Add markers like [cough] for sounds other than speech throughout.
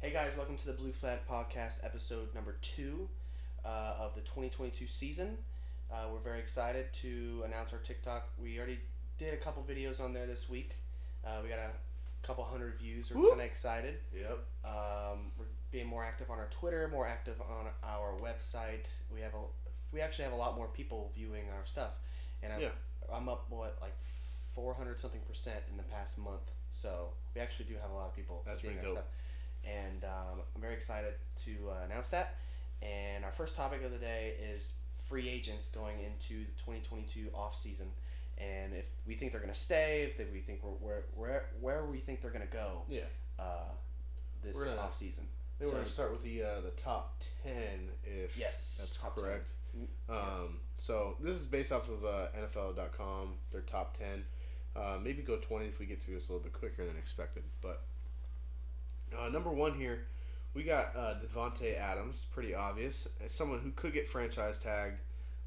Hey guys, welcome to the Blue Flag Podcast, episode number two uh, of the 2022 season. Uh, we're very excited to announce our TikTok. We already did a couple videos on there this week. Uh, we got a couple hundred views. We're Woo! kind of excited. Yep. Um, we're being more active on our Twitter, more active on our website. We have a, we actually have a lot more people viewing our stuff, and I'm, Yeah. I'm up what like 400 something percent in the past month. So we actually do have a lot of people That's seeing pretty our dope. stuff, and um, I'm very excited to uh, announce that. And our first topic of the day is free agents going into the 2022 off season. And if we think they're gonna stay, if they, we think we're, where where where we think they're gonna go, Yeah. uh, this We're offseason. gonna- off season. Then we're So- gonna start with the uh, the top ten, if Yes, that's top correct. 10. Um, so this is based off of uh, NFL.com, their top ten. Uh, maybe go twenty if we get through this a little bit quicker than expected. But uh, number one here, we got uh, Devonte Adams, pretty obvious, as someone who could get franchise tagged.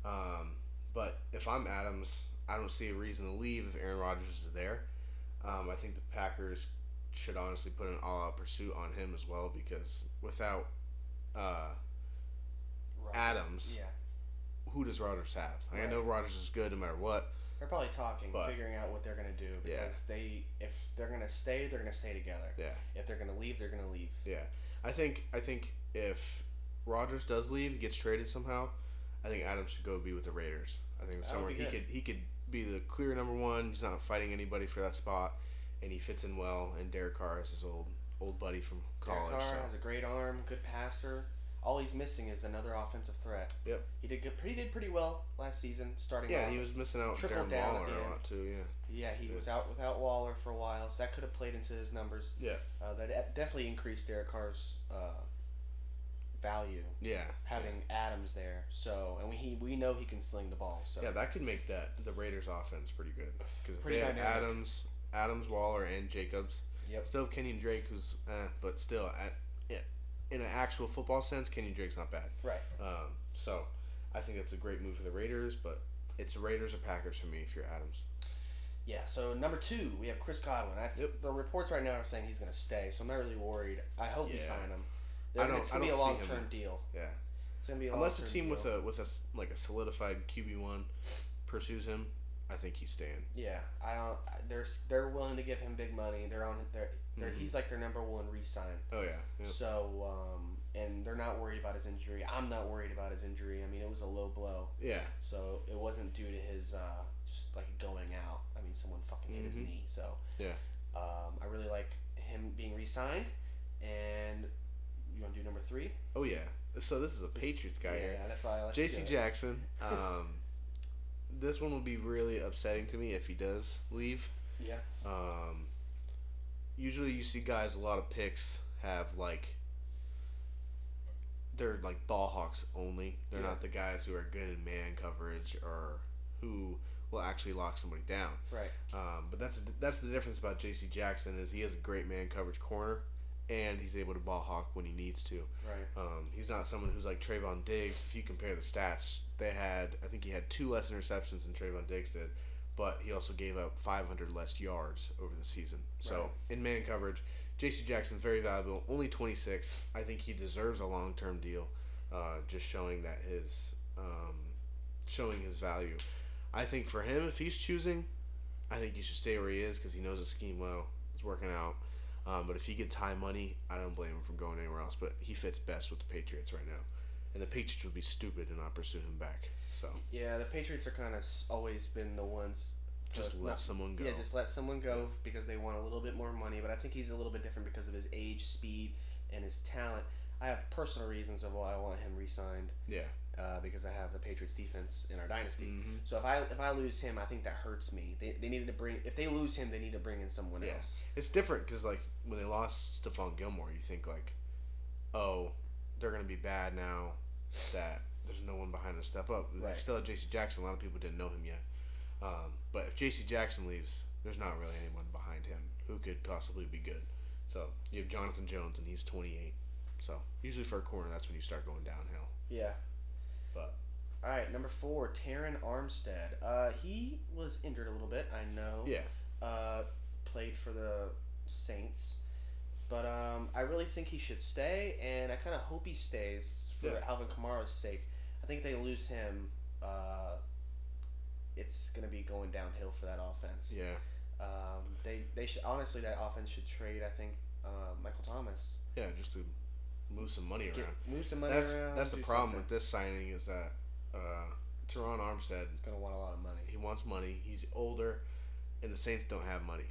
Um, but if I'm Adams, I don't see a reason to leave if Aaron Rodgers is there. Um, I think the Packers should honestly put an all-out pursuit on him as well because without uh, Right. Adams, Yeah, who does Rodgers have? Like, Right. I know Rodgers is good no matter what. they're probably talking, But- figuring out what they're gonna do Yeah. because they, if they're gonna stay, they're gonna stay together. Yeah. If they're gonna leave, they're gonna leave. I think I think if Rodgers does leave, gets traded somehow, I think Adams should go be with the Raiders. I think That somewhere would be he good. could he could be the clear number one. He's not fighting anybody for that spot, and he fits in well. And Derek Carr is his old old buddy from college. Derek Carr so- has a great arm, good passer. All he's missing is another offensive threat. Yep. He did good. He did pretty well last season, starting. Yeah, off. he was missing out on Trickled Darren down at Waller the a end. lot too. Yeah, Yeah, he Yeah. was out without Waller for a while, so that could have played into his numbers. Yeah. Uh, that e- definitely increased Derek Carr's uh, value yeah, having Adams there. So, and we he, we know he can sling the ball. So yeah. that could make that the Raiders offense pretty good because Pretty they have dynamic. Adams, Adams, Waller, and Jacobs. Yep. Still have Kenyon Drake, who's eh, but still at, yeah, in an actual football sense, Kenyon Drake's not bad. Right. Um, so I think that's a great move for the Raiders, but it's Raiders or Packers for me if you're Adams. Yeah, so number two, we have Chris Godwin. I th- Yep. The reports right now are saying he's going to stay, so I'm not really worried. I hope we Yeah. sign him. I don't- it's I going to be don't a see long him. term deal. Yeah. It's going to be a Unless a long-term team deal. with a with a s- like a solidified QB one pursues him, I think he's staying. Yeah, I don't. I- They're they're willing to give him big money. They're on. They're, they're Mhm. he's like their number one re-sign. Oh yeah. yeah. So um, and they're not worried about his injury. I'm not worried about his injury. I mean, it was a low blow, Yeah. so it wasn't due to his uh, just like going out. I mean, someone fucking hit his Mhm. knee. So Yeah. um, I really like him being re-signed. And you want to do number three? Oh yeah. So this is a Patriots guy yeah, here. that's why I like J.C. to do it. [laughs] Jackson. Um, this one will be really upsetting to me if he does leave. Yeah. Um, usually, you see guys a lot of picks have like they're like ball hawks only. They're Yeah. not the guys who are good in man coverage or who will actually lock somebody down. Right. Um, but that's that's the difference about J.C. Jackson is he has a great man coverage corner, and he's able to ball hawk when he needs to. Right. Um, he's not someone who's like Trayvon Diggs. If you compare the stats, they had I think he had two less interceptions than Trayvon Diggs did, but he also gave up 500 less yards over the season. So Right. in man coverage, J.C. Jackson's very valuable. Only 26. I think he deserves a long term deal. Uh, just showing that his um, showing his value. I think for him, if he's choosing, I think he should stay where he is because he knows the scheme well. It's working out. Um, but if he gets high money, I don't blame him for going anywhere else. But he fits best with the Patriots right now, and the Patriots would be stupid to not pursue him back. So Yeah, the Patriots are kind of always been the ones to just let not- someone go. Yeah, just let someone go because they want a little bit more money. But I think he's a little bit different because of his age, speed, and his talent. I have personal reasons of why I want him re-signed yeah. uh, because I have the Patriots defense in our dynasty. Mhm. So if I if I lose him, I think that hurts me. They, they needed to bring if they lose him, they need to bring in someone Yeah. else. It's different because like when they lost Stephon Gilmore, you think like, oh, they're gonna be bad now that there's no one behind to step up. Right. They still have J.C. Jackson. A lot of people didn't know him yet. Um, but if J.C. Jackson leaves, there's not really anyone behind him who could possibly be good. So you have Jonathan Jones, and he's 28. So usually for a corner, that's when you start going downhill. Yeah. But- All right, number four, Taron Armstead. Uh, he was Oh. injured a little bit, I know. Yeah. Uh, played for the Saints. But um, I really think he should stay, and I kind of hope he stays for Yeah. Alvin Kamara's sake. I think if they lose him, uh, it's going to be going downhill for that offense. Yeah. Um, they they should honestly that offense should trade. I think uh, Michael Thomas Yeah, just to move some money Get, around. move some money That's around. that's the do problem something. with this signing is that uh, Teron Armstead He's going to want a lot of money. he wants money. He's older, and the Saints don't have money.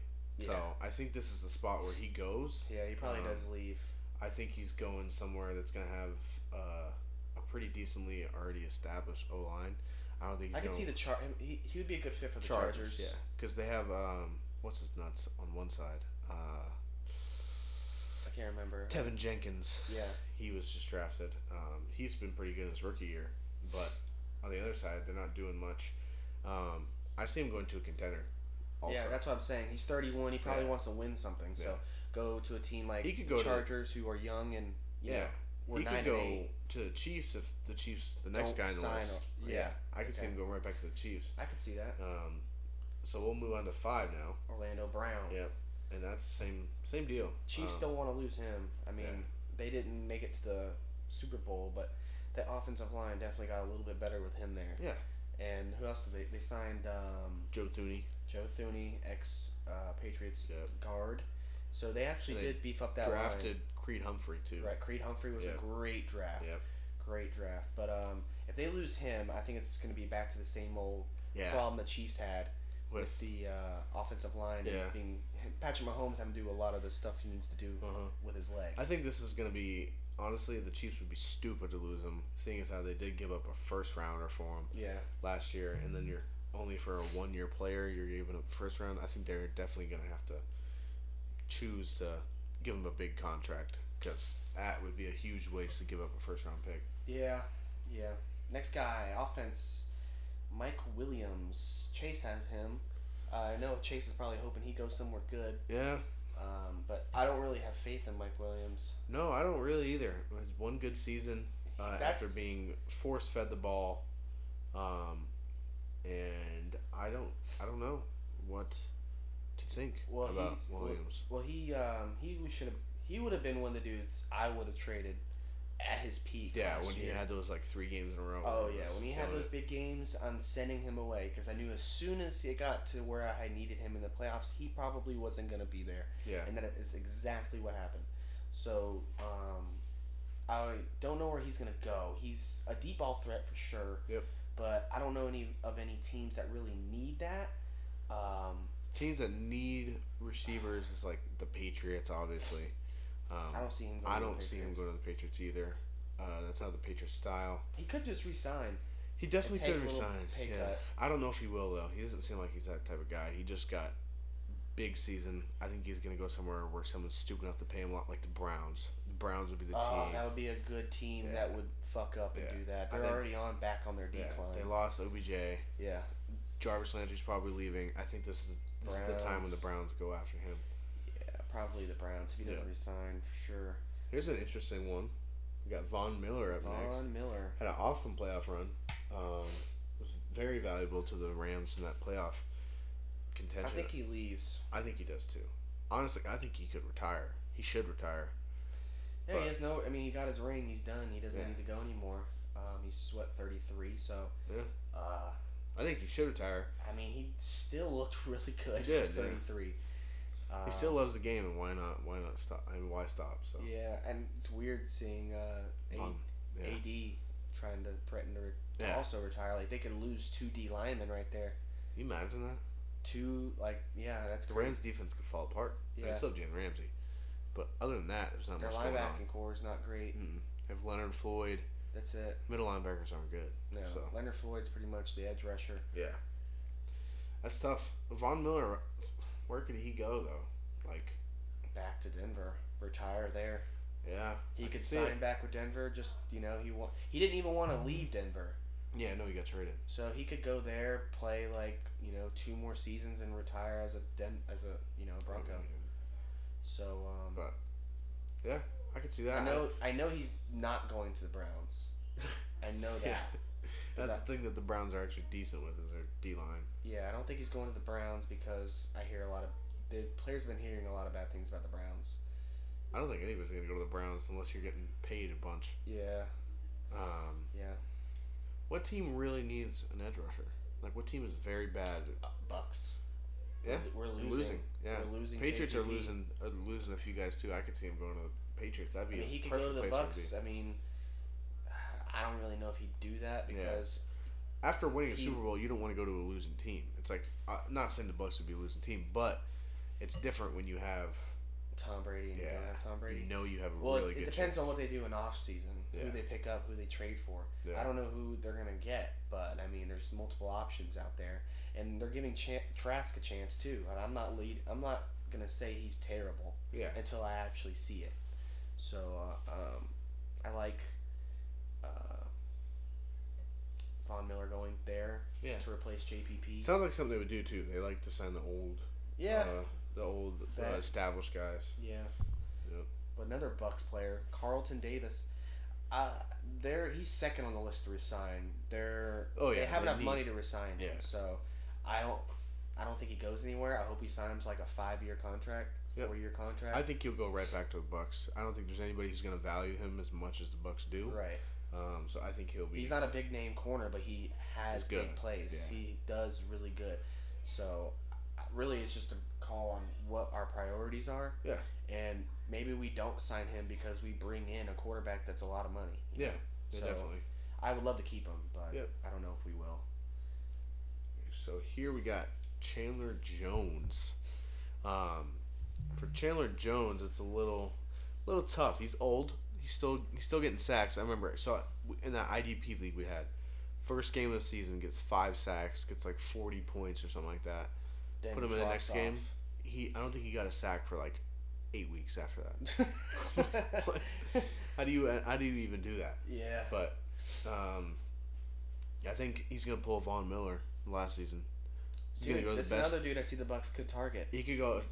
So Yeah. I think this is the spot where he goes. yeah, he probably um, does leave. I think he's going somewhere that's gonna have uh, a pretty decently already established O line. I don't think he's I can gonna see the char. him- He, he would be a good fit for the Chargers, Chargers. yeah, because they have um, what's his nuts on one side. Uh, I can't remember. Tevin Jenkins. Yeah, he was just drafted. Um, he's been pretty good in his rookie year, but on the other side, they're not doing much. Um, I see him going to a contender. Also, yeah, that's what I'm saying. He's 31. He probably Yeah. wants to win something. So Yeah. go to a team like He could go to- Chargers, who are young and you yeah. know, we're he nine could and go eight. to the Chiefs if the Chiefs, the next Don't guy in the sign list. him. Yeah, Yeah. I could see Okay. him going right back to the Chiefs. I could see that Um, so we'll move on to five now. Orlando Brown. Yep, and that's same same deal. Chiefs Um, don't want to lose him. I mean, yeah. they didn't make it to the Super Bowl, but that offensive line definitely got a little bit better with him there. Yeah. And who else did they they signed? Um, Joe Thuney. Joe Thuney, ex uh, Patriots Yep. guard. So they actually They did beef up that line. drafted Creed Humphrey too. Right, Creed Humphrey was Yeah. a great draft. Yep. Great draft. But um, if they lose him, I think it's just going to be back to the same old Yeah, problem the Chiefs had with, with, the uh, offensive line Yeah. and being Patrick Mahomes having to do a lot of the stuff he needs to do Uh-huh. with his legs. I think this is going to be honestly the Chiefs would be stupid to lose him, seeing as how they did give up a first rounder for him yeah. last year, and then you're only for a one year player you're giving up first round. I think they're definitely going to have to choose to give him a big contract because that would be a huge waste to give up a first round pick. Yeah. Yeah. Next guy, offense, Mike Williams. Chase has him. I know Chase is probably hoping he goes somewhere good, Yeah, um, but I don't really have faith in Mike Williams. no, I don't really either. It was one good season uh, after That's- being force fed the ball, um, and I don't, I don't know what to think Well, about he's- well- Williams. Well, he um, he should have he would have been one of the dudes I would have traded at his peak. Yeah, last when he year. had those like three games in a row. Oh where he yeah, was when he had killing those it. big games, I'm sending him away because I knew as soon as it got to where I needed him in the playoffs, he probably wasn't gonna be there, yeah, and that is exactly what happened. So um, I don't know where he's gonna go. He's a deep ball threat for sure. Yep. But I don't know any of any teams that really need that. Um, teams that need receivers is like the Patriots, obviously. I Um, don't see him. Going I to the don't see him Patriots. going to the Patriots either. Uh, that's not the Patriots style. He could just resign. He definitely take could a little resign. pay yeah. cut. I don't know if he will though. He doesn't seem like he's that type of guy. He just got big season. I think he's gonna go somewhere where someone's stupid enough to pay him a lot, like the Browns. The Browns would be the Oh, team. that would be a good team that Yeah. would fuck up and Yeah. do that. I They're think- already on back on their yeah, decline. they lost OBJ. yeah, Jarvis Landry's probably leaving. I think this is this is the time when the Browns go after him. yeah, probably the Browns if he doesn't Yeah. resign for sure. Here's an interesting one. We got Von Miller up next. Von Miller. Had an awesome playoff run. Um, was very valuable to the Rams in that playoff I contention. think he leaves. he does too. Honestly, I think he could retire. He should retire. Yeah, But- he has no. I mean, he got his ring. He's done. He doesn't Yeah. need to go anymore. Um, he's what thirty three. So. Yeah. Uh, I think he should retire. I mean, he still looked [laughs] really good He did, for Uh, yeah. thirty three. He still loves the game, and why not? Why not stop? I mean, why stop? So Yeah, and it's weird seeing uh, A- Von- yeah. AD trying to threaten to, re- to Yeah. also retire. Like they could lose two D linemen right there. Can you imagine that? two like yeah that's The great. Rams defense could fall apart. Yeah. Yeah. still have Jalen Ramsey, but other than that, there's not Their much going on. linebacking core is not great. Mm-mm. They Have Leonard Floyd. That's it. Middle linebackers aren't good. No, So. Leonard Floyd's pretty much the edge rusher. Yeah. That's tough. Von Miller, where could he go though? Like, Back to Denver, retire there. yeah. He I could can see sign it. back with Denver. Just you know he wa- he didn't even want to leave Denver, Yeah, I know he got traded. so he could go there, play like you know two more seasons and retire as a Den- as a you know Bronco. So um, But I could see that. [laughs] I know I know he's not going to the Browns. I know that. Yeah. [laughs] That's that- the thing that the Browns are actually decent with is their D line. Yeah, I don't think he's going to the Browns because I hear a lot of the players have been hearing a lot of bad things about the Browns. I don't think anybody's going to go to the Browns unless you're getting paid a bunch. Yeah, Um, yeah. what team really needs an edge rusher? Like, what team is very bad? Uh, Bucks. Yeah, we're, They're losing. Yeah, We're losing. Patriots are JPP. losing are losing a few guys too. I could see him going to the Patriots. That'd I be mean, a he could perfect go to the place for him Bucks. be. I mean, I don't really know if he'd do that Yeah. because After winning a He- Super Bowl, you don't want to go to a losing team. It's like uh, not saying the Bucks would be a losing team, but it's different when you have Tom Brady. And Yeah. yeah, Tom Brady. you know you have a Well, really it, good. it depends chance. on what they do in off season, Yeah. who they pick up, who they trade for. Yeah. I don't know who they're gonna get, but I mean, there's multiple options out there, and they're giving Chan- Trask a chance too. And I'm not lead. I'm not gonna say he's terrible Yeah, until I actually see it. So uh, um, I like uh, Von Miller going there yeah. to replace JPP. Sounds like something they would do too. They like to sign the old, yeah, uh, the old uh, That- established guys. yeah. Yep. But another Bucks player, Carlton Davis. Uh, they're he's second on the list to resign. They're Oh, yeah, they have they enough need- money to resign him. Yeah. So I don't I don't think he goes anywhere. I hope he signs like a five year contract, Yep. four year contract. I think he'll go right back to the Bucks. I don't think there's anybody who's going to value him as much as the Bucks do. right. Um, so I think he'll be. He's not a big name corner, but he has He's big good, plays. yeah. He does really good. So I- really, it's just a call on what our priorities are. Yeah. And maybe we don't sign him because we bring in a quarterback that's a lot of money. you yeah, know? yeah, So- definitely. I would love to keep him, but Yep. I don't know if we will. So here we got Chandler Jones. Um, for Chandler Jones, it's a little, little tough. He's old. He's still he's still getting sacks. I remember. So in that IDP league we had, first game of the season gets five sacks, gets like forty points or something like that. Then Put him in the drops next game. [laughs] He I don't think he got a sack for like eight weeks after that. off. What? How do you how do you even do that? yeah. But um, I think he's gonna pull Von Miller from last season. He's Dude, gonna go to this the is best. another dude I see the Bucks could target. He could go if,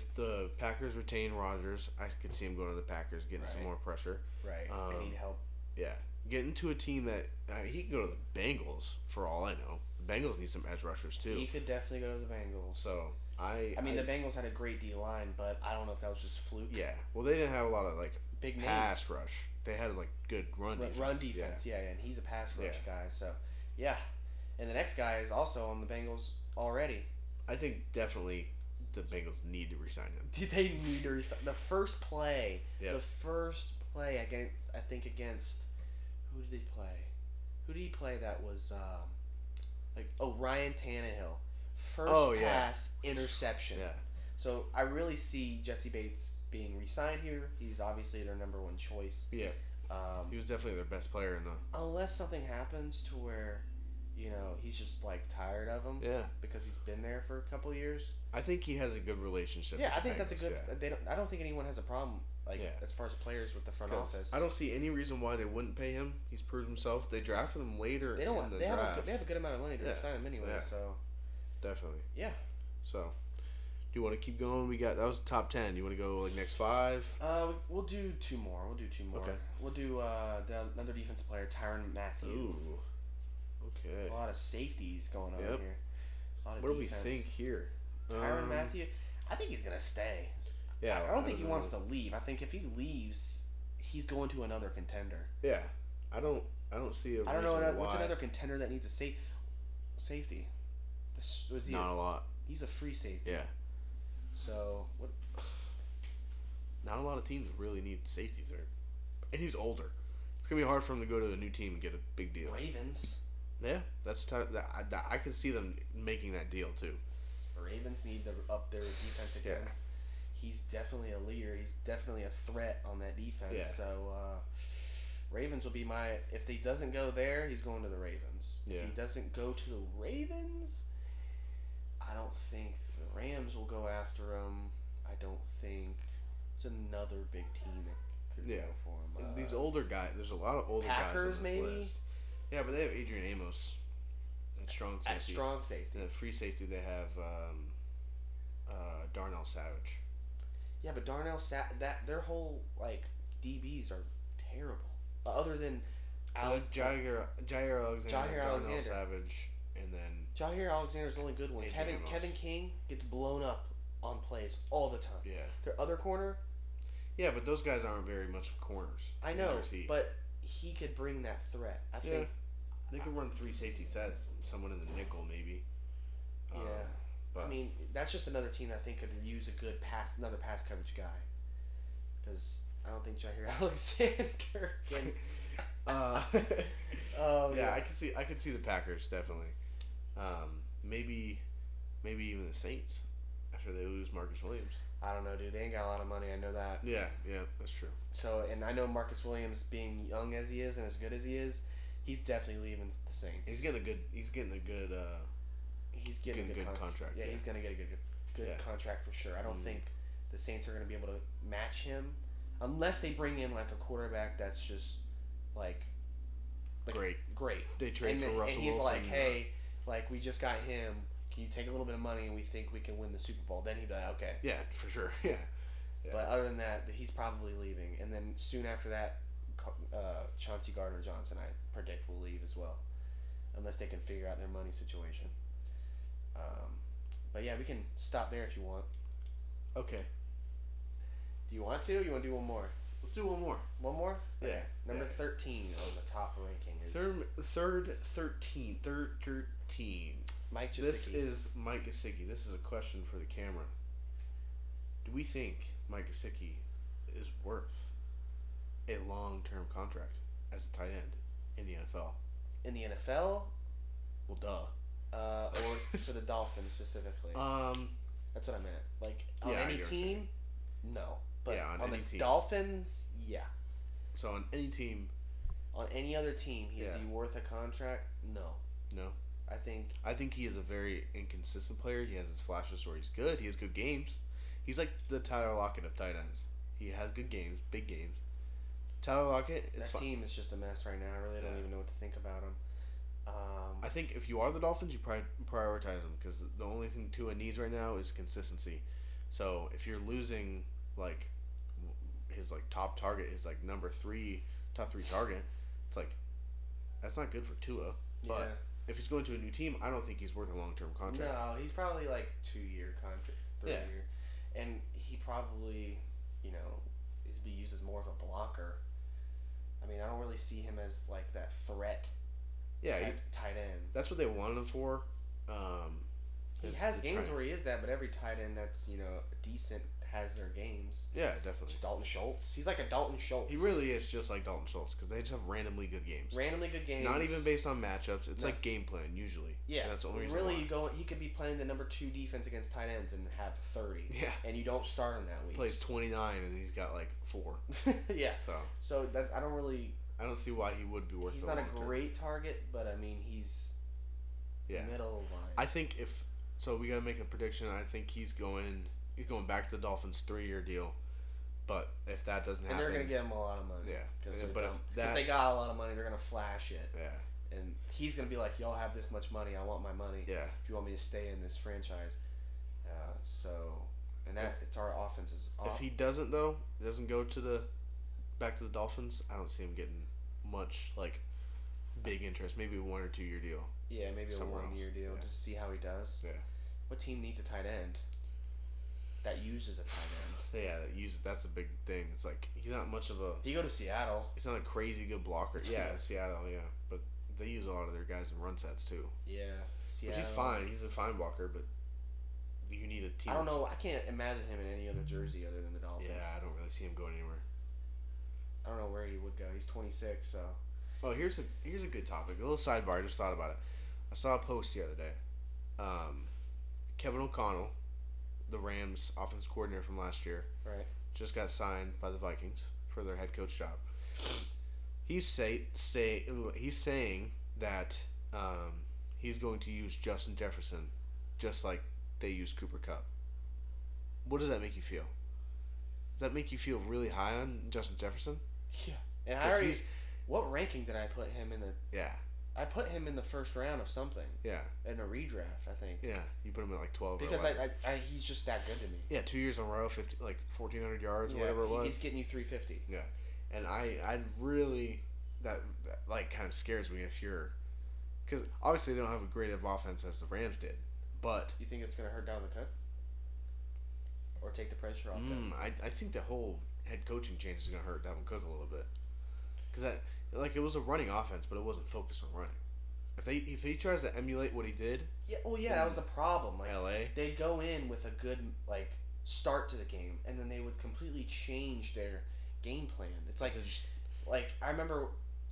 if the Packers retain Rodgers. I could see him going to the Packers, getting some Right. more pressure. Right. Um, I need help. Yeah, getting to a team that I mean, he could go to the Bengals for all I know. The Bengals need some edge rushers too. He could definitely go to the Bengals. so I, I mean, the Bengals had a great D line, but I don't know if that was just fluke. yeah. Well, they didn't have a lot of like Big names. pass rush. They had like good run Run defense. defense. Run defense. Yeah. yeah, and he's a pass rush Yeah. guy. So, yeah. And the next guy is also on the Bengals already. Yeah. I think definitely the Bengals need to resign him. Did they need to resign? The first play. Yeah. The first play against, I think against who did they play? Who did he play that was um, like oh Ryan Tannehill. First Oh, yeah. pass interception. Yeah. So I really see Jesse Bates being re-signed here. He's obviously their number one choice. Yeah. He Um, was definitely their best player in the. unless something happens to where, you know, he's just like tired of him Yeah. because he's been there for a couple of years. I think he has a good relationship. Yeah, with I the think that's a Bengals, good. yeah. They don't, I don't think anyone has a problem like Yeah. as far as players with the front 'Cause office. I don't see any reason why they wouldn't pay him. He's proved himself. They drafted him later They in don't. the they, have a, draft. good- they have a good amount of money to Yeah. sign him anyway. Yeah. So Definitely. yeah. So, do you want to keep going? We got that was the top ten. You want to go like next five? Uh, we- we'll do two more. We'll do two more. Okay. We'll do uh, the, another defensive player, Tyron Matthew. Ooh. Okay. A lot of safeties going on Yep. here. A lot of What do we defense. think here? Tyron Um, Matthew. I think he's gonna stay. Yeah. I don't think he know. wants to leave. I think if he leaves, he's going to another contender. Yeah. I don't. I don't see a I don't know reason another, what's why. another contender that needs a safe safety. This- Was he Not a lot. he's a free safety. Yeah. So what? Not a lot of teams really need safeties there, and he's older. It's gonna be hard for him to go to a new team and get a big deal. Ravens. Yeah, that's t- that, I, that, I could see them making that deal too. Ravens need to up their defense again. Yeah. He's definitely a leader. He's definitely a threat on that defense. Yeah. So uh, Ravens will be my. If he doesn't go there, he's going to the Ravens. Yeah. If he doesn't go to the Ravens, I don't think the Rams will go after him. I don't think it's another big team that could Yeah. go for And him. Uh, These older guys, there's a lot of older Packers, guys on this maybe? list. Yeah, but they have Adrian Amos at strong safety. at strong safety. And at free safety, they have um, uh, Darnell Savage. Yeah, but Darnell Sa- that their whole like DBs are terrible. Other than Al- Like Uh, Jair, Jair Alexander, Jair Darnell Alexander. Savage, and then Jair Alexander's the only good one. Adrian Kevin Amos. Kevin King gets blown up on plays all the time. yeah, Their other corner, Yeah, but those guys aren't very much corners. I know, Neither is he. but he could bring that threat. I Yeah. think. they could run three safety sets. Someone in the nickel, maybe. Yeah. Um, but I mean, that's just another team that I think could use a good pass, another pass coverage guy. Because I don't think Jair [laughs] Alexander [laughs] can. uh, Oh yeah, I could see. I could see the Packers definitely. Um, maybe, maybe even the Saints after they lose Marcus Williams. I, don't know, dude. They ain't got a lot of money. I know that. Yeah, yeah, that's true. So, and I know Marcus Williams, being young as he is and as good as he is, he's definitely leaving the Saints. He's getting a good. He's getting a good. Uh, he's getting a good, good con- contract, Yeah, yeah. he's gonna get a good good Yeah. contract for sure. I don't Mhm. think the Saints are gonna be able to match him unless they bring in like a quarterback that's just like, like Great. great. they trade and, for then- Russell and he's Wilson. uh, like, hey, like we just got him. Can you take a little bit of money and we think we can win the Super Bowl? Then he'd be like, okay. Yeah, for sure. [laughs] Yeah. Yeah. But other than that, he's probably leaving. And then soon after that, Co- uh, Chauncey Gardner Johnson, I predict, will leave as well, unless they can figure out their money situation. Um, but yeah, we can stop there if you want. Okay. Do you want to? You want to do one more? Let's do one more. One more? Yeah, Number yeah. thirteen on the top ranking is Third, third, thirteen, third, thirteen. Mike Jasicki. This is Mike Gesicki. This is a question for the camera. Do we think Mike Gesicki is worth a long-term contract as a tight end in the NFL? in the NFL Well, duh. uh, [laughs] or for the Dolphins specifically. Um, That's what I meant. Like on Yeah, I any get what you're team, no. But Yeah, on on, the any team. Dolphins, yeah. so on any team, On any other team, is Yeah. he worth a contract? No. no. I think I think he is a very inconsistent player. He has his flashes where he's good. He has good games. He's like the Tyler Lockett of tight ends. He has good games, big games. Tyler Lockett, that it's fine. team is just a mess right now. I really don't Yeah. even know what to think about him. Um, I think if you are the Dolphins, you pri- prioritize him because the only thing Tua needs right now is consistency. So if you're losing like w- his like top target, his like number three, top three target, it's like that's not good for Tua. But if he's going to a new team, I don't think he's worth a long term yeah. contract. no, he's probably like two year contract, three Yeah. year, and he probably, you know, is be used as more of a blocker. I mean, I don't really see him as like that threat Yeah, he- type tight end. that's what they wanted him for. Um, He is has to games try- where he is that, but every tight end that's you know decent has their games. yeah, definitely. Dalton Schultz, he's like a Dalton Schultz. He really is just like Dalton Schultz because they just have randomly good games. randomly good games. Not even based on matchups. It's No. like game plan usually. [laughs] Yeah, and that's the only reason really. why. You go. He could be playing the number two defense against tight ends and have thirty, Yeah, and you don't start him that week. plays twenty nine and he's got like four. [laughs] yeah. So So that I don't really. I don't see why he would be worth. he's the not a long term. great target, but I mean he's Yeah, middle of line. I think if so, we gotta make a prediction. I think he's going. He's going back to the Dolphins three year deal, but if that doesn't and happen, they're gonna get him a lot of money. Yeah, Because but if that- they got a lot of money, they're gonna flash it, yeah, and he's gonna be like, "Y'all have this much money. I want my money. yeah. If you want me to stay in this franchise." Uh, so, and that's it's our offense is. If off- he doesn't though, doesn't go to the back to the Dolphins, I don't see him getting much like big interest. Maybe a one or two year deal. yeah, maybe a somewhere else, one year deal yeah. just to see how he does. Yeah. What team needs a tight end that uses a tight end? Yeah, use it. That's a big thing. It's like he's not much of a. He go to Seattle. He's not a crazy good [laughs] blocker. Yeah. Yeah, Seattle. Yeah, but they use a lot of their guys in run sets too, Yeah, Seattle. which he's fine. He's a fine blocker, but you need a team. I don't that's- know. I can't imagine him in any other jersey other than the Dolphins. Yeah, I don't really see him going anywhere. I don't know where he would go. He's 26, so Oh, here's a here's a good topic. A little sidebar. I just thought about it. I saw a post the other day. Um, Kevin O'Connell, the Rams' offense coordinator from last year, right. just got signed by the Vikings for their head coach job. He's say say he's saying that um, he's going to use Justin Jefferson, just like they use Cooper Cup. What does that make you feel? Does that make you feel really high on Justin Jefferson? Yeah. And I 'Cause already. he's- What ranking did I put him in the? yeah, I put him in the first round of something yeah, in a redraft, I think, yeah. You put him at like twelve. or because 11. I, I, I he's just that good to me. Yeah, two years in a row, 50, like 1,400 yards, or Yeah, whatever it he- was. He's getting you 350. And I, I really, that, that like kind of scares me if you're, because obviously they don't have a great of offense as the Rams did, but You Hmm. think it's gonna hurt down the cut? Or take the pressure off? them? mm, I, I think the whole head coaching change is going to hurt Dalvin Cook a little bit. Because that, like, it was a running offense, but it wasn't focused on running. If they if he tries to emulate what he did, Yeah, well, yeah, that was the problem. Like L.A. they go in with a good like start to the game, and then they would completely change their game plan. It's like they just like I remember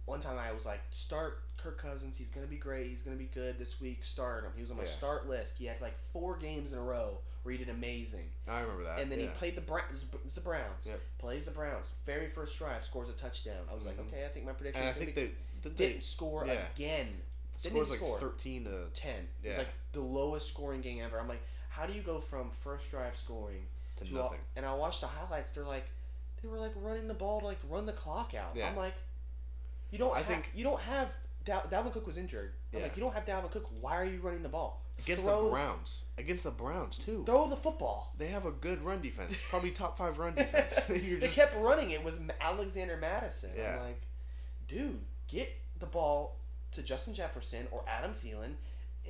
one time I was like, start Kirk Cousins. He's gonna be great. He's gonna be good this week. Start him. He was on my Yeah. start list. He had like four games in a row where he did amazing. I remember that. And then Uh, yeah. he played the Browns. It's the Browns. Yep. Plays the Browns. Very first drive scores a touchdown. I was Mhm. like, okay, I think my prediction. And I is gonna think be- they didn't didn't they, score yeah. again. the didn't score's even like score. thirteen to 10. It's Yeah. like the lowest scoring game ever. I'm like, how do you go from first drive scoring to a- nothing. and I watched the highlights. They're like, they were like running the ball to like run the clock out. Yeah. I'm like, you don't. I I think think- you don't have Dal- Dalvin Cook was injured. I'm Yeah. like, you don't have Dalvin Cook. Why are you running the ball? Against throw, the Browns. Against the Browns too. throw the football. They have a good run defense. Probably top five run defense. [laughs] [laughs] You're they just kept running it with M- Alexander Madison. Yeah. I'm like, dude, get the ball to Justin Jefferson or Adam Thielen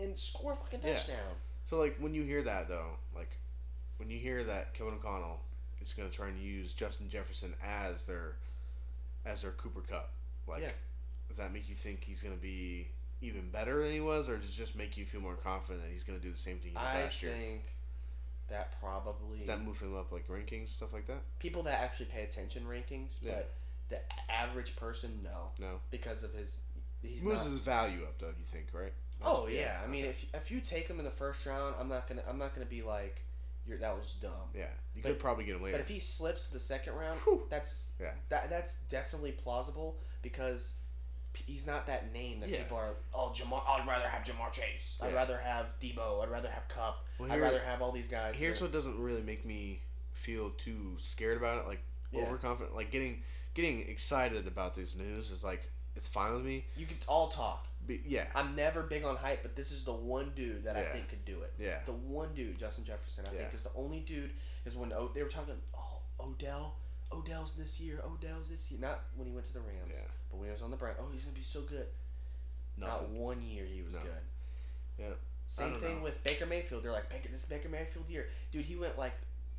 and score a fucking Yeah. touchdown. So like when you hear that though, like when you hear that Kevin O'Connell is going to try and use Justin Jefferson as their as their Cooper Cup, like Yeah. does that make you think he's going to be even better than he was, or does it just make you feel more confident that he's going to do the same thing he did I last year? think that probably Does that move him up like rankings stuff like that? people that actually pay attention rankings, Yeah. but the a- average person, no, No, because of his. He's moves not. his value up though. You think right? oh yeah, I mean, okay. if if you take him in the first round, I'm not gonna I'm not gonna be like, you're that was dumb. yeah, you but- could probably get him later. But if he slips to the second round, Whew. that's Yeah. that that's definitely plausible because p- he's not that name that Yeah. people are. Oh, Jamar! I'd rather have Jamar Chase. I'd Yeah. rather have Debo. I'd rather have Cup. Well, I'd here- rather have all these guys. Here's that- what doesn't really make me feel too scared about it, like Yeah. overconfident, like getting getting excited about this news is like it's fine with me. you could all talk. But yeah, I'm never big on hype, but this is the one dude that I Yeah. think could do it. yeah, The one dude, Justin Jefferson, I think Yeah. is the only dude. Is when o- they were talking, oh Odell, Odell's this year, Odell's this year. Not when he went to the Rams, yeah, but when he was on the Browns. Oh, he's gonna be so good. Not nothing. one year he was No. good. Yeah. Same don't thing know. with Baker Mayfield. They're like Baker, this is Baker Mayfield year, dude. He went like,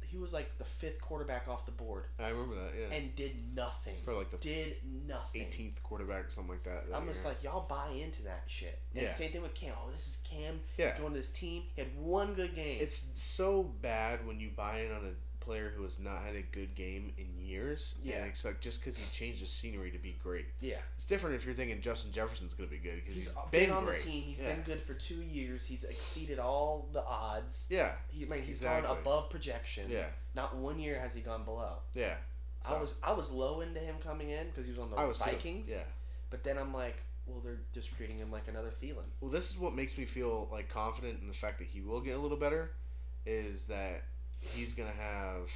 he was like the fifth quarterback off the board I remember that. Yeah, and did nothing. probably like the Did nothing. eighteenth quarterback or something like that. that I'm just year. like y'all buy into that shit. And Yeah. same thing with Cam. Oh, this is Cam yeah, going to this team. He had one good game. it's so bad when you buy in on a player who has not had a good game in years Yeah. and expect just because he changed the scenery to be great. yeah. It's different if you're thinking Justin Jefferson's gonna be good because He's he's been, been, on great. the team. He's Yeah. been good for two years. He's exceeded all the odds. Yeah, He, I mean, he's gone Exactly. above projection. yeah, Not one year has he gone below. yeah. I So- was I was low into him coming in because he was on the I was too. Vikings. Yeah. But then I'm like, well, they're just treating him like another Thielen. Well, this is what makes me feel like confident in the fact that he will get a little better, is that he's gonna have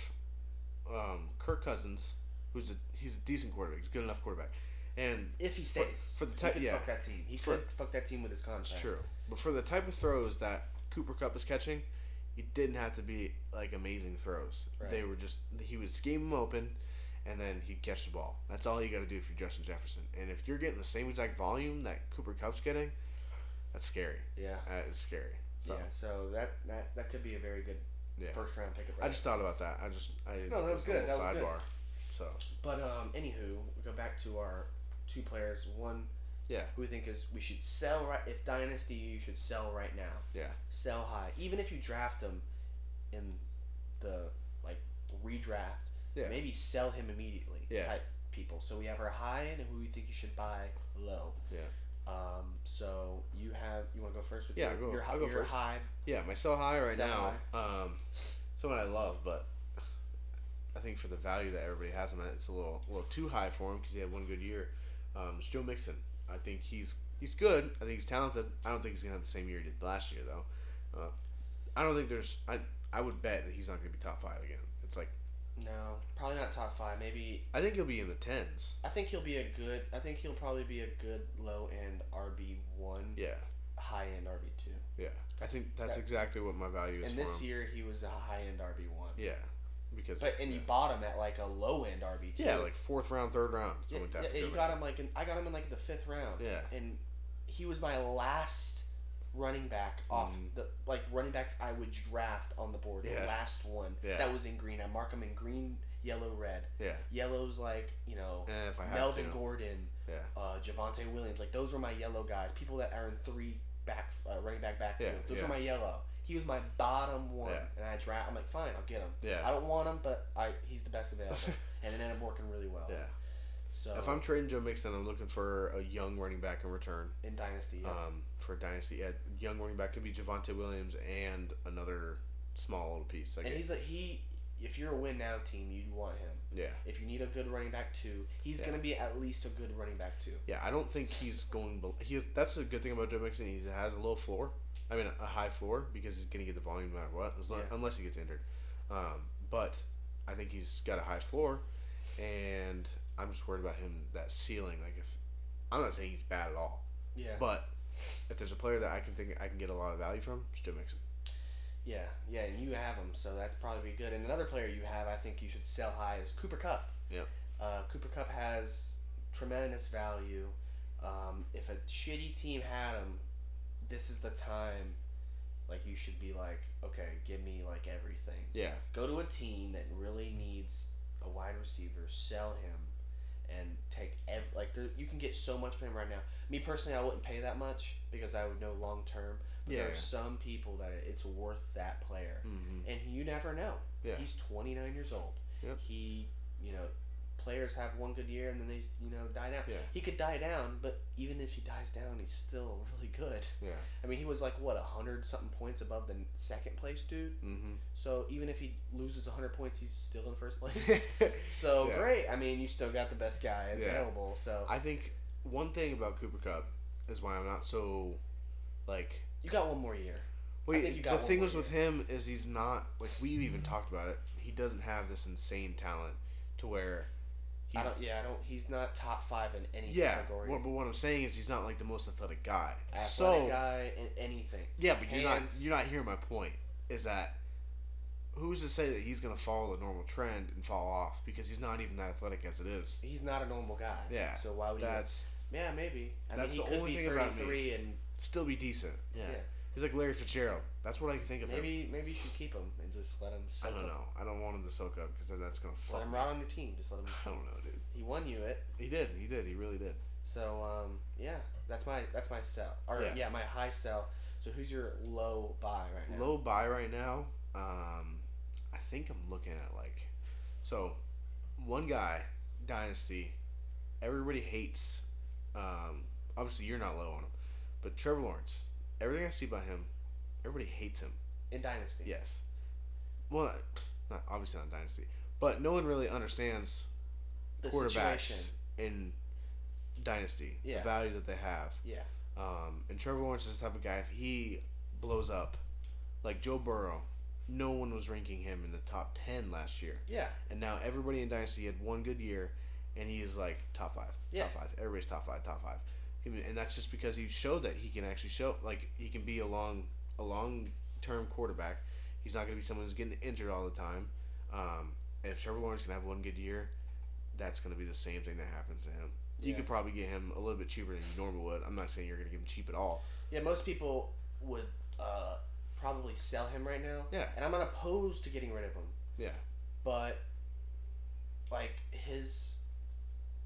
um, Kirk Cousins, who's a he's a decent quarterback, he's a good enough quarterback, and If he stays, for the 'Cause ti- he could yeah. fuck that team. He For- could fuck that team with his contract. it's true. But for the type of throws that Cooper Cup is catching, it didn't have to be like amazing throws. Right. They were just he would scheme him open, and then he'd catch the ball. That's all you got to do if you're Justin Jefferson, and if you're getting the same exact volume that Cooper Cup's getting, that's scary. Yeah. That is scary. So, yeah. So that, that that could be a very good yeah. first round pickup. I just thought about that. I just I No, that was it's a good. little That was sidebar. So But um, anywho, we go back to our two players. One, Yeah. who we think is we should sell right. If dynasty, you should sell right now. Yeah. sell high. Even if you draft him in the like redraft, Yeah. maybe sell him immediately. Yeah. type people. So we have our high end and who we think you should buy low. Yeah. Um. So you have you want to go first with Yeah, your, go- your, hi- I'll go your first. high. yeah, my sell high right Sell now. Um, someone I love, but I think for the value that everybody has him at, it's a little a little too high for him because he had one good year. Um, it's Joe Mixon. I think he's he's good. I think he's talented. I don't think he's gonna have the same year he did last year though. Uh, I don't think there's. I I would bet that he's not gonna be top five again. It's like No, probably not top five. Maybe I think he'll be in the tens. I think he'll be a good. I think he'll probably be a good low end RB one, Yeah, high end RB two. yeah. I think that's That- exactly what my value is. And for this him. year he was a high end RB one. Yeah, because But and yeah. you bought him at like a low end RB two. yeah, like fourth round, third round, something Yeah, yeah, like that. for you Joe got him like in, I got him in like the fifth round. Mixon. And he was my last running back off Mhm. the like running backs I would draft on the board. Yeah. The last one Yeah. that was in green. I mark him in green yellow, red. Yeah. Yellow's like you know And if I have Melvin to. Gordon, Yeah. uh, Javante Williams. Like those were my yellow guys. People that are in three back uh, running back backfield. Yeah, those yeah. were my yellow. He was my bottom one, Yeah. and I draft. I'm like, fine, I'll get him. I Yeah. don't want him, but I he's the best available, and it ended up working really well. [laughs] Yeah. So If I'm trading Joe Mixon, I'm looking for a young running back in return. in dynasty, yeah. Um, for dynasty, yeah, young running back could be Javante Williams and another small little piece. Like and he's like he. If you're a win now team, you'd want him. yeah, If you need a good running back too, he's Yeah. gonna be at least a good running back too. yeah. I don't think he's going. bel- He is, that's the good thing about Joe Mixon. He has a low floor. I mean, a high floor because he's gonna get the volume no matter what, as long, Yeah. unless he gets injured. Um, but I think he's got a high floor, and I'm just worried about him that ceiling. Like if I'm not saying he's bad at all, Yeah. but if there's a player that I can think I can get a lot of value from, it's Joe Mixon. Yeah, yeah, and you have him, so that's probably good. And another player you have, I think you should sell high is Cooper Cup. Yep. Uh, Cooper Cup has tremendous value. Um, if a shitty team had him, this is the time. Like you should be like, okay, give me like everything. Yeah, Go to a team that really needs a wide receiver, sell him, and take ev- like there, you can get so much for him right now. Me personally, I wouldn't pay that much because I would know long term. But yeah. there are some people that it- it's worth that player, Mm-hmm. and you never know. Yeah. He's 29 years old. Yep. He, you know, players have one good year and then they, you know, die down. Yeah. He could die down, but even if he dies down, he's still [laughs] really good. Yeah. I mean, he was like what 100 something points above the second place dude. Mm-hmm. So even if he loses 100 points, he's still in first place. [laughs] [laughs] so Yeah. great. I mean, you still got the best guy Yeah. available. So I think one thing about Cooper Cup is why I'm not so like. you got one more year. Wait, think you got the one thing more was with him is he's not like we've even talked about it. He doesn't have this insane talent to where I he's don't, yeah, I don't. He's not top five in any yeah. category. Well, but what I'm saying is he's not like the most athletic guy. athletic so guy and anything. yeah, but you're not hands. you're not hearing my point. Is that who's to say that he's gonna follow the normal trend and fall off because he's not even that athletic as it is. He's not a normal guy. Yeah, So why would That's you? Yeah, maybe. I that's mean, the he could only be thing about me. 33 and still be decent. yeah. He's like Larry Fitzgerald. That's what I can think of him. Maybe maybe you should keep him and just let him. I soak don't up. know. I don't want him to soak up because then that's gonna Let fuck. him me. rot on your team. Just let him. [laughs] I don't know, dude. He won you it. He did. He did. He really did. So um yeah, that's my that's my sell. Or yeah, Yeah. my high sell. So who's your low buy right now? Low buy right now. Um, I think I'm looking at like, so, one guy, Dynasty. Everybody hates. Um, obviously you're not low on him, but Trevor Lawrence. Everything I see about him, everybody hates him. in dynasty. Yes. Well, not obviously not Dynasty, but no one really understands The quarterbacks situation. in dynasty, Yeah. the value that they have. Yeah. Um, and Trevor Lawrence is the type of guy if he blows up, like Joe Burrow, no one was ranking him in the top ten last year, Yeah. and now everybody in dynasty had one good year, and he is like top five, Yeah. top five, everybody's top five, top five, I mean, and that's just because he showed that he can actually show like he can be a long, a long term quarterback. He's not going to be someone who's getting injured all the time. Um, and if Trevor Lawrence can have one good year, that's going to be the same thing that happens to him. You Yeah. could probably get him a little bit cheaper than you normally would. I'm not saying you're going to get him cheap at all. Yeah. Most people would uh probably sell him right now. Yeah. And I'm not opposed to getting rid of him. Yeah. but like his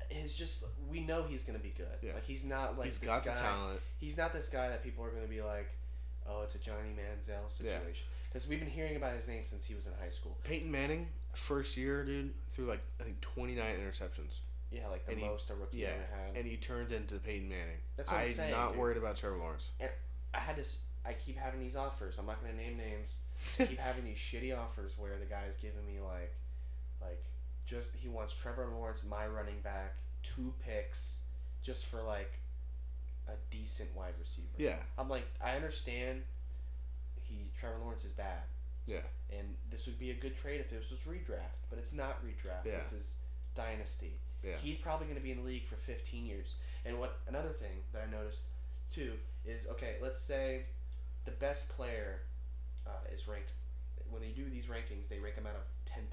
his just we know he's gonna be good. Yeah. Like he's not like he's this got guy. the talent. He's not this guy that people are gonna be like, oh, it's a Johnny Manziel situation. Because we've been hearing about his name since he was in high school. Peyton Manning, first year, dude, threw like I think 29 interceptions, Yeah, like the And he- most a rookie yeah, ever had. and he turned into Peyton Manning. That's what I'm I'm saying, not dude. worried about Trevor Lawrence. I had this. I keep having these offers. I'm not gonna name names. I keep having these shitty offers where the guy's giving me like, like, just he wants Trevor Lawrence, my running back, two picks, just for like, a decent wide receiver. [laughs] yeah, I'm like, I understand. He Trevor Lawrence is bad. Yeah. And this would be a good trade if this was redraft, but it's not redraft. Yeah. This is dynasty. Yeah. He's probably going to be in the league for 15 years. And what another thing that I noticed too is okay, let's say the best player uh, is ranked. When they do these rankings, they rank them out of 10,000.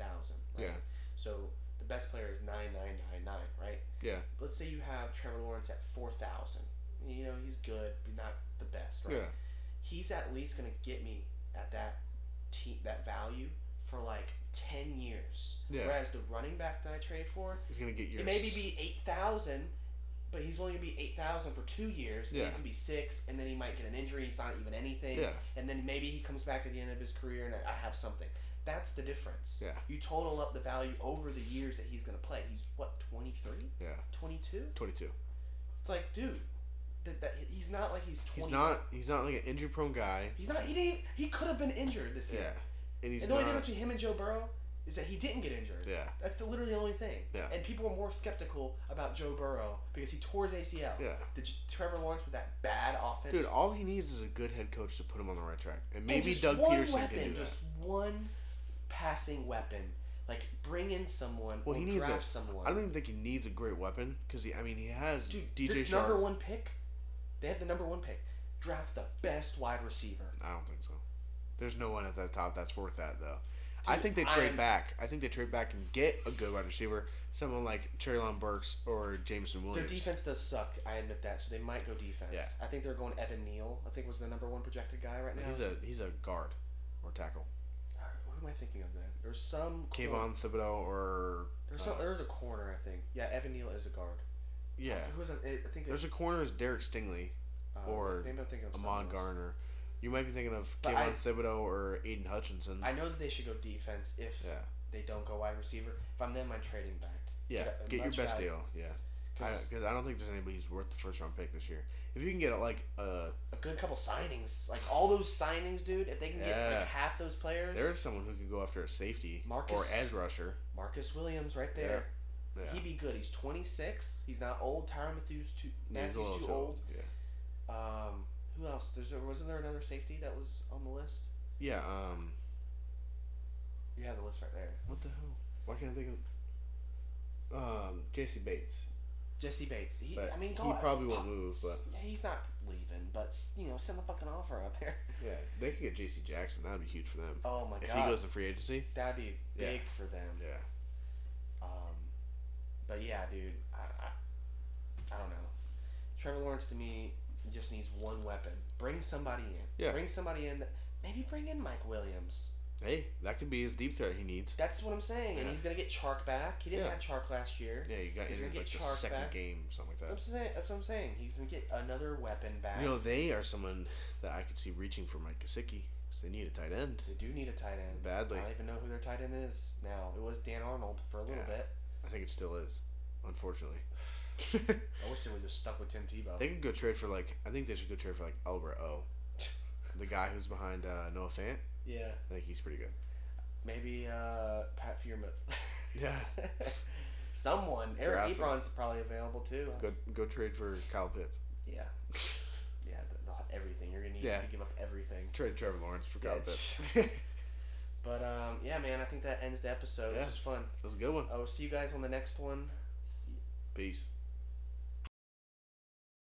Right? Yeah. So the best player is 9999, right? Yeah. Let's say you have Trevor Lawrence at 4,000. You know, he's good, but not the best, right? yeah, he's at least gonna get me at that te- that value for like ten years. Yeah. Whereas the running back that I traded for, He's gonna get your it may s- be eight thousand, but he's only gonna be eight thousand for two years. and Yeah. He's gonna be six, and then he might get an injury. He's not even anything. Yeah. And then maybe he comes back at the end of his career, and I I have something. That's the difference. Yeah. You total up the value over the years that he's gonna play. He's what 23? Yeah, 22? twenty two. It's like, dude, that, that he's not like he's twenty. He's not he's not like an injury prone guy. He's not. He didn't. He could have been injured this Yeah, year. and he's and the only not. difference between him and Joe Burrow is that he didn't get injured. yeah, That's the, literally the only thing. Yeah. And people are more skeptical about Joe Burrow because he tore his ACL. yeah. Did you, Trevor Lawrence with that bad offense? Dude, all he needs is a good head coach to put him on the right track, and And maybe just Doug one Peterson weapon, can do Just one passing weapon. Like bring in someone Well, or he needs draft a- someone. that. I don't even think he needs a great weapon because he. I mean, he has Dude, DJ this Sharp. number one pick. They have the number one pick. Draft the best wide receiver. I don't think so. There's no one at the top that's worth that though. I Dude, think they trade I'm- back. I think they trade back and get a good wide receiver, someone like Traylon Burks or Jameson Their Williams. defense does suck. I admit that. So they might go defense. Yeah. I think they're going Evan Neal. I think was the number one projected guy right now. He's a he's a guard or tackle. Uh, Who am I thinking of then? There's some. corner- Kayvon Thibodeau or There's some. uh, There's a corner. I think. Yeah, Evan Neal is a guard. yeah. Who is it? I think. There's a corner is Derek Stingley, uh, or maybe I'm thinking of someone Amon else. Garner. You might be thinking of But Kayvon I- Thibodeau or Aiden Hutchinson. I know that they should go defense if yeah, they don't go wide receiver. If I'm them, I'm trading back. yeah. Get a- Get your much best value. deal. Yeah, 'Cause because I, don't think there's anybody who's worth the first round pick this year. If you can get like uh, a good couple signings, like all those signings, dude. If they can get Yeah. like half those players, there is someone who could go after a safety Marcus- or edge rusher. Marcus Williams right there. Yeah. He'd be good. He's 26. He's not old. Tyron Matthews too. Yeah, he's Matthews a little too too old. Yeah. Um, who else? There's wasn't there another safety that was on the list? Yeah. Um. You have the list right there. What the hell? Why can't I think of? Um. J.C. Bates. Jesse Bates. He, But I mean, he God, probably won't move, but- yeah, he's not leaving. But you know, send the fucking offer out there. [laughs] Yeah. They could get J.C. Jackson. That'd be huge for them. Oh my if god, he goes to free agency. that'd be Yeah. big for them. Yeah. Um, but yeah, dude, I, I, I don't know. Trevor Lawrence to me just needs one weapon. Bring somebody in. Yeah. Bring somebody in. That, maybe bring in Mike Williams. Hey, that could be his deep threat he needs. That's what I'm saying. And Yeah. he's gonna get Chark back. He didn't Yeah. have Chark last year. Yeah, you got He's injured gonna like get the Chark second back. game, something like that. That's what, I'm saying, that's what I'm saying. He's gonna get another weapon back. You know, they are someone that I could see reaching for Mike Kosicki because they need a tight end. They do need a tight end. Badly. I don't even know who their tight end is now. It was Dan Arnold for a little Yeah. bit. I think it still is, unfortunately. [laughs] I wish they would just stuck with Tim Tebow. they could go trade for like I think they should go trade for like Albert O, the guy who's behind uh, Noah Fant. yeah. I think he's pretty good. Maybe uh, Pat Fearmouth. [laughs] Yeah. Someone. Eric Draft him. Ebron's probably available too. Go go trade for Kyle Pitts. [laughs] Yeah. Yeah. th- th- everything. You're gonna need Yeah. to give up everything. Trade Trevor Lawrence for Yeah, Kyle it's- Pitts. [laughs] that But um, yeah, man. I think that ends the episode. Yeah. This was fun. Oh, was a good one. I will see you guys on the next one. See. Peace.